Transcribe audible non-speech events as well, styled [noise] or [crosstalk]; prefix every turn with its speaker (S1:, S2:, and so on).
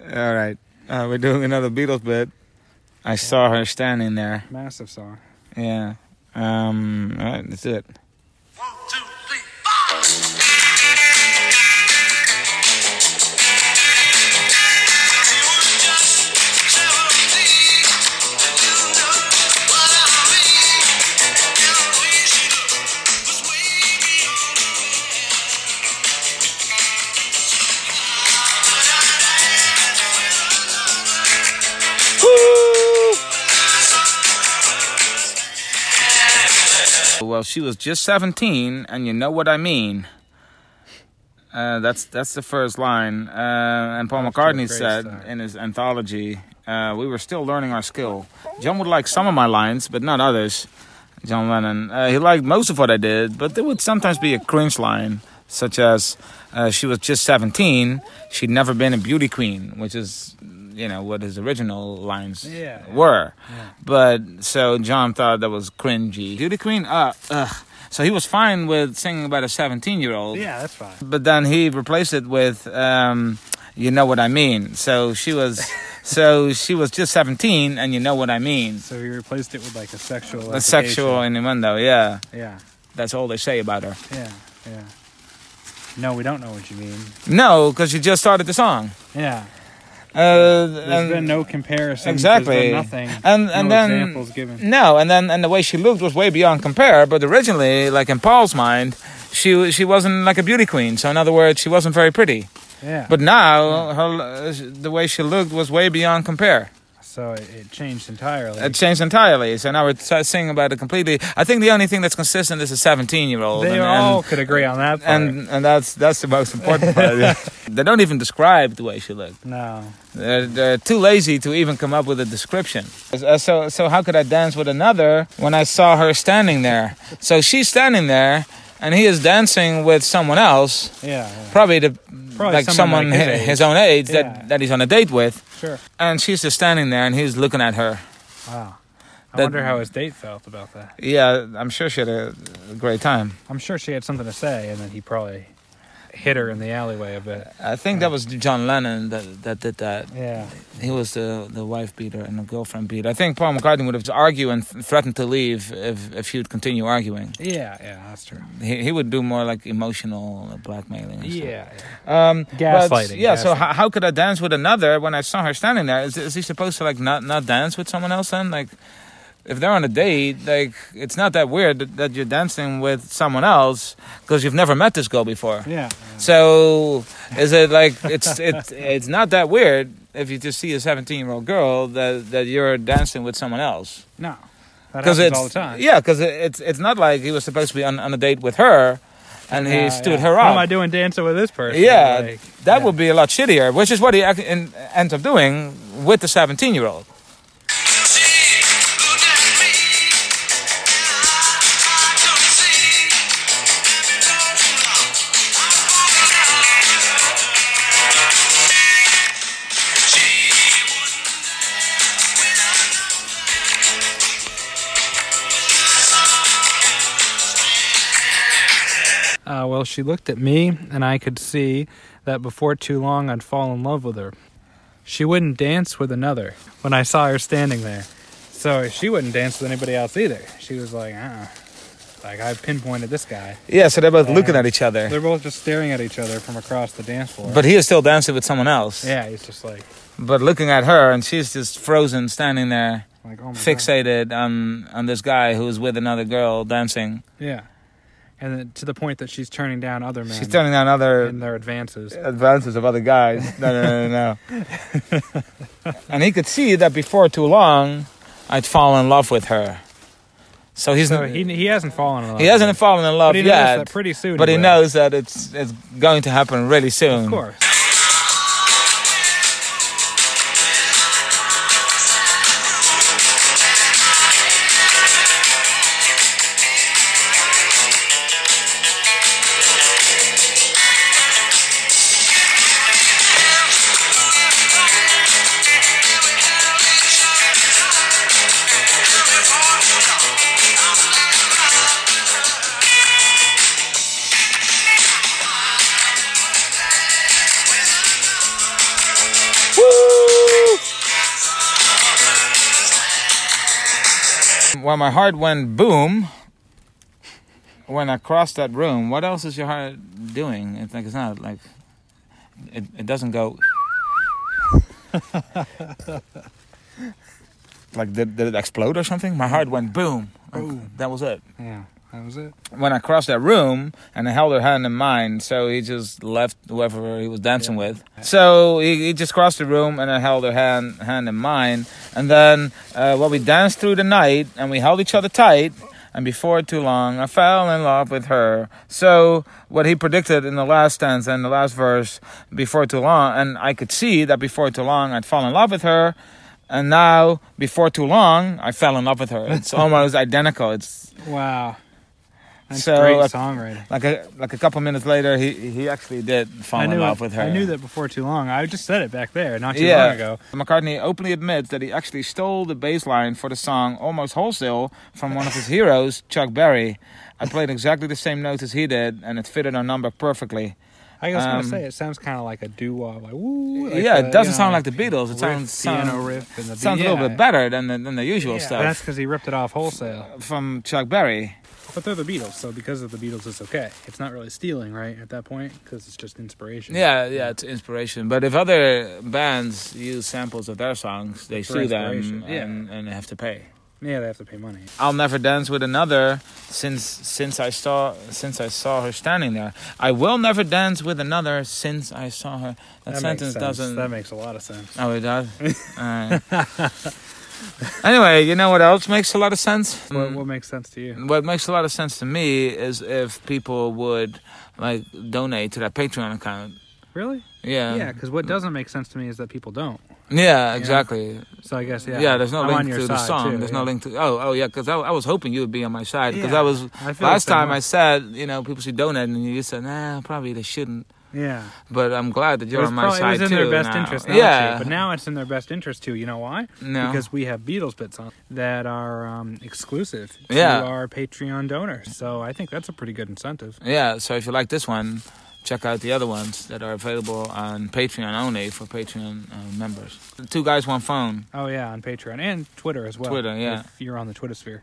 S1: All right. Uh, we're doing another Beatles bit. I saw her standing there.
S2: Massive song.
S1: Yeah. Um, all right, that's it.
S3: One, two, three, four.
S1: Well, she was just 17, and you know what I mean. Uh, that's that's the first line. Uh, and Paul
S2: Off to a
S1: McCartney
S2: great
S1: said
S2: start.
S1: in his anthology, uh, "We were still learning our skill. John would like some of my lines, but not others." John Lennon. Uh, he liked most of what I did, but there would sometimes be a cringe line, such as, uh, "She was just 17. She'd never been a beauty queen," which is, you know, what his original lines
S2: Yeah.
S1: were. But so John thought that was cringy. Beauty queen. Uh, ugh. So he was fine with singing about a 17-year-old.
S2: Yeah, that's fine.
S1: But then he replaced it with, um, you know what I mean. So she [laughs] was, so she was just 17, and you know what I mean.
S2: So he replaced it with like a sexual.
S1: A sexual
S2: application.
S1: innuendo. Yeah,
S2: Yeah,
S1: that's all they say about her.
S2: yeah, yeah. No, we don't know what you mean.
S1: No, because she just started the song.
S2: Yeah,
S1: Uh,
S2: there's
S1: and,
S2: been no comparison.
S1: exactly.
S2: There's been nothing.
S1: And and
S2: no
S1: then
S2: examples given.
S1: no, and then and the way she looked was way beyond compare. But originally, like in Paul's mind, she she wasn't like a beauty queen. So in other words, she wasn't very pretty.
S2: Yeah.
S1: But now her the way she looked was way beyond compare.
S2: so it, it changed entirely.
S1: It changed entirely. So now we're t- singing about it completely. I think the only thing that's consistent is a 17 year old.
S2: they
S1: and,
S2: all could agree on that. Part.
S1: and, and and that's that's the most important part. yeah.
S2: [laughs]
S1: They don't even describe the way she looked.
S2: no,
S1: They're, Uh, they're too lazy to even come up with a description. Uh, So so how could I dance with another when I saw her standing there? So she's standing there, and he is dancing with someone else,
S2: yeah, yeah.
S1: probably the
S2: Probably
S1: like someone, hi- his,
S2: age.
S1: own age
S2: Yeah.
S1: that, that he's on a date with,
S2: Sure.
S1: and she's just standing there, and he's looking at her.
S2: Wow. I
S1: That-
S2: wonder how his date felt about that.
S1: Yeah, I'm sure she had a a great time.
S2: I'm sure she had something to say, and then he probably hit her in the alleyway a bit.
S1: I think that was John Lennon that, that did that.
S2: Yeah.
S1: He was the, the wife beater and the girlfriend beater. I think Paul McCartney would have argued and th- threatened to leave if, if he would continue arguing.
S2: Yeah, yeah, that's true.
S1: He, he would do more like emotional blackmailing. and stuff.
S2: Yeah.
S1: Um, but,
S2: Gaslighting,
S1: yeah, so
S2: gaslighting.
S1: how, how could I dance with another when I saw her standing there? Is, is he supposed to like not, not dance with someone else then? Like, if they're on a date, like, it's not that weird that, that you're dancing with someone else because you've never met this girl before.
S2: Yeah.
S1: So is it like it's it's it's not that weird if you just see a seventeen year old girl that that you're dancing with someone else
S2: No. That happens
S1: it's
S2: all the time.
S1: yeah because it, it's it's not like he was supposed to be on, on a date with her and he
S2: Yeah,
S1: stood
S2: yeah.
S1: her
S2: What am I
S1: up.
S2: doing dancing with this person?
S1: Yeah,
S2: Like,
S1: that
S2: yeah.
S1: would be a lot shittier, which is what he act- in, ends up doing with the seventeen year old.
S2: Uh, well, she looked at me, and I could see that before too long I'd fall in love with her. She wouldn't dance with another when I saw her standing there. So she wouldn't dance with anybody else either. She was like, uh-uh. Like, I pinpointed this guy.
S1: Yeah, so they're both looking
S2: Yeah.
S1: at each other,
S2: They're both just staring at each other from across the dance floor.
S1: but he is still dancing with someone else.
S2: yeah, he's just like,
S1: But looking at her, and she's just frozen, standing there,
S2: like oh my God.
S1: fixated on on this guy who's with another girl dancing.
S2: Yeah. And then, to the point that she's turning down other men
S1: She's turning down
S2: in
S1: other
S2: their advances.
S1: advances of other guys. No, no, no, no.
S2: [laughs]
S1: no. and he could see that before too long, I'd fall in love with her. So he's
S2: So
S1: n-
S2: he, he hasn't fallen in love.
S1: he hasn't fallen in love
S2: But he knows
S1: yet,
S2: that pretty soon.
S1: but he
S2: will.
S1: knows that it's it's going to happen really soon.
S2: Of course.
S3: One, two, three, four.
S1: well, my heart went boom when I crossed that room. What else is your heart doing? It's like it's not like it, it doesn't go [laughs] like did, did it explode or something? My heart went boom. Like, that was it.
S2: Yeah, that was it.
S1: When I crossed that room and I held her hand in mine, so he just left whoever he was dancing with. So he, he just crossed the room and I held her hand hand in mine, and then uh, well we danced through the night and we held each other tight. And before too long, I fell in love with her. So what he predicted in the last stanza and the last verse, before too long, and I could see that before too long I'd fall in love with her, and now before too long I fell in love with her. It's almost identical. It's
S2: Wow. That's
S1: So,
S2: great
S1: uh,
S2: songwriting.
S1: like a like a couple minutes later, he he actually did fall
S2: I
S1: in
S2: knew
S1: love
S2: it-
S1: with her.
S2: I knew that before too long. I just said it back there, not too
S1: Yeah.
S2: long ago.
S1: McCartney openly admits that he actually stole the bass line for the song almost wholesale from one of his heroes, Chuck Berry. I played exactly the same notes as he did, and it fitted our number perfectly.
S2: I was gonna
S1: Um,
S2: say it sounds kind of like a doo wop, like woo. like
S1: yeah,
S2: the,
S1: it doesn't
S2: you
S1: sound
S2: know,
S1: like the Beatles. It
S2: riff,
S1: sounds
S2: piano
S1: sound-
S2: riff and the
S1: sounds a little
S2: yeah.
S1: bit better than the, than the usual
S2: Yeah.
S1: stuff
S2: That's because he ripped it off wholesale.
S1: from Chuck Berry.
S2: But they're the Beatles, so because of the Beatles, it's okay. It's not really stealing, right? At that point, because it's just inspiration.
S1: Yeah, yeah, it's inspiration. But if other bands use samples of their songs, they
S2: For
S1: sue them
S2: inspiration, yeah.
S1: and, and have to pay.
S2: yeah, they have to pay money.
S1: I'll never dance with another since since I saw since I saw her standing there. I will never dance with another since I saw her. That, sentence
S2: makes sense.
S1: doesn't.
S2: That makes a lot of sense.
S1: oh, it
S2: [laughs]
S1: does. Alright. anyway, you know what else makes a lot of sense? Mm,
S2: What, what makes sense to you?
S1: What makes a lot of sense to me is if people would like donate to that Patreon account.
S2: Really?
S1: Yeah.
S2: yeah, because what doesn't make sense to me is that people don't.
S1: Yeah, exactly.
S2: So I guess yeah.
S1: Yeah, there's no
S2: I'm on
S1: link
S2: your
S1: to the
S2: side,
S1: song.
S2: too,
S1: there's
S2: yeah.
S1: no link to. Oh, oh yeah, because I, I was hoping you would be on my side because
S2: Yeah,
S1: I was
S2: I feel
S1: last
S2: the same
S1: time
S2: way.
S1: I said you know people should donate and you said nah probably they shouldn't.
S2: Yeah.
S1: But I'm glad that
S2: It
S1: you're
S2: was,
S1: on my
S2: probably,
S1: side
S2: it was in
S1: too.
S2: their best
S1: now.
S2: interest. Not
S1: yeah,
S2: yeah. But now it's in their best interest too. You know why?
S1: No.
S2: Because we have Beatles bits on that are um, exclusive to
S1: Yeah.
S2: our Patreon donors. So I think that's a pretty good incentive.
S1: yeah. So if you like this one, check out the other ones that are available on Patreon only for Patreon uh, members. Two guys, one phone.
S2: Oh yeah, on Patreon and Twitter as well.
S1: Twitter, yeah.
S2: If you're on the Twitter sphere.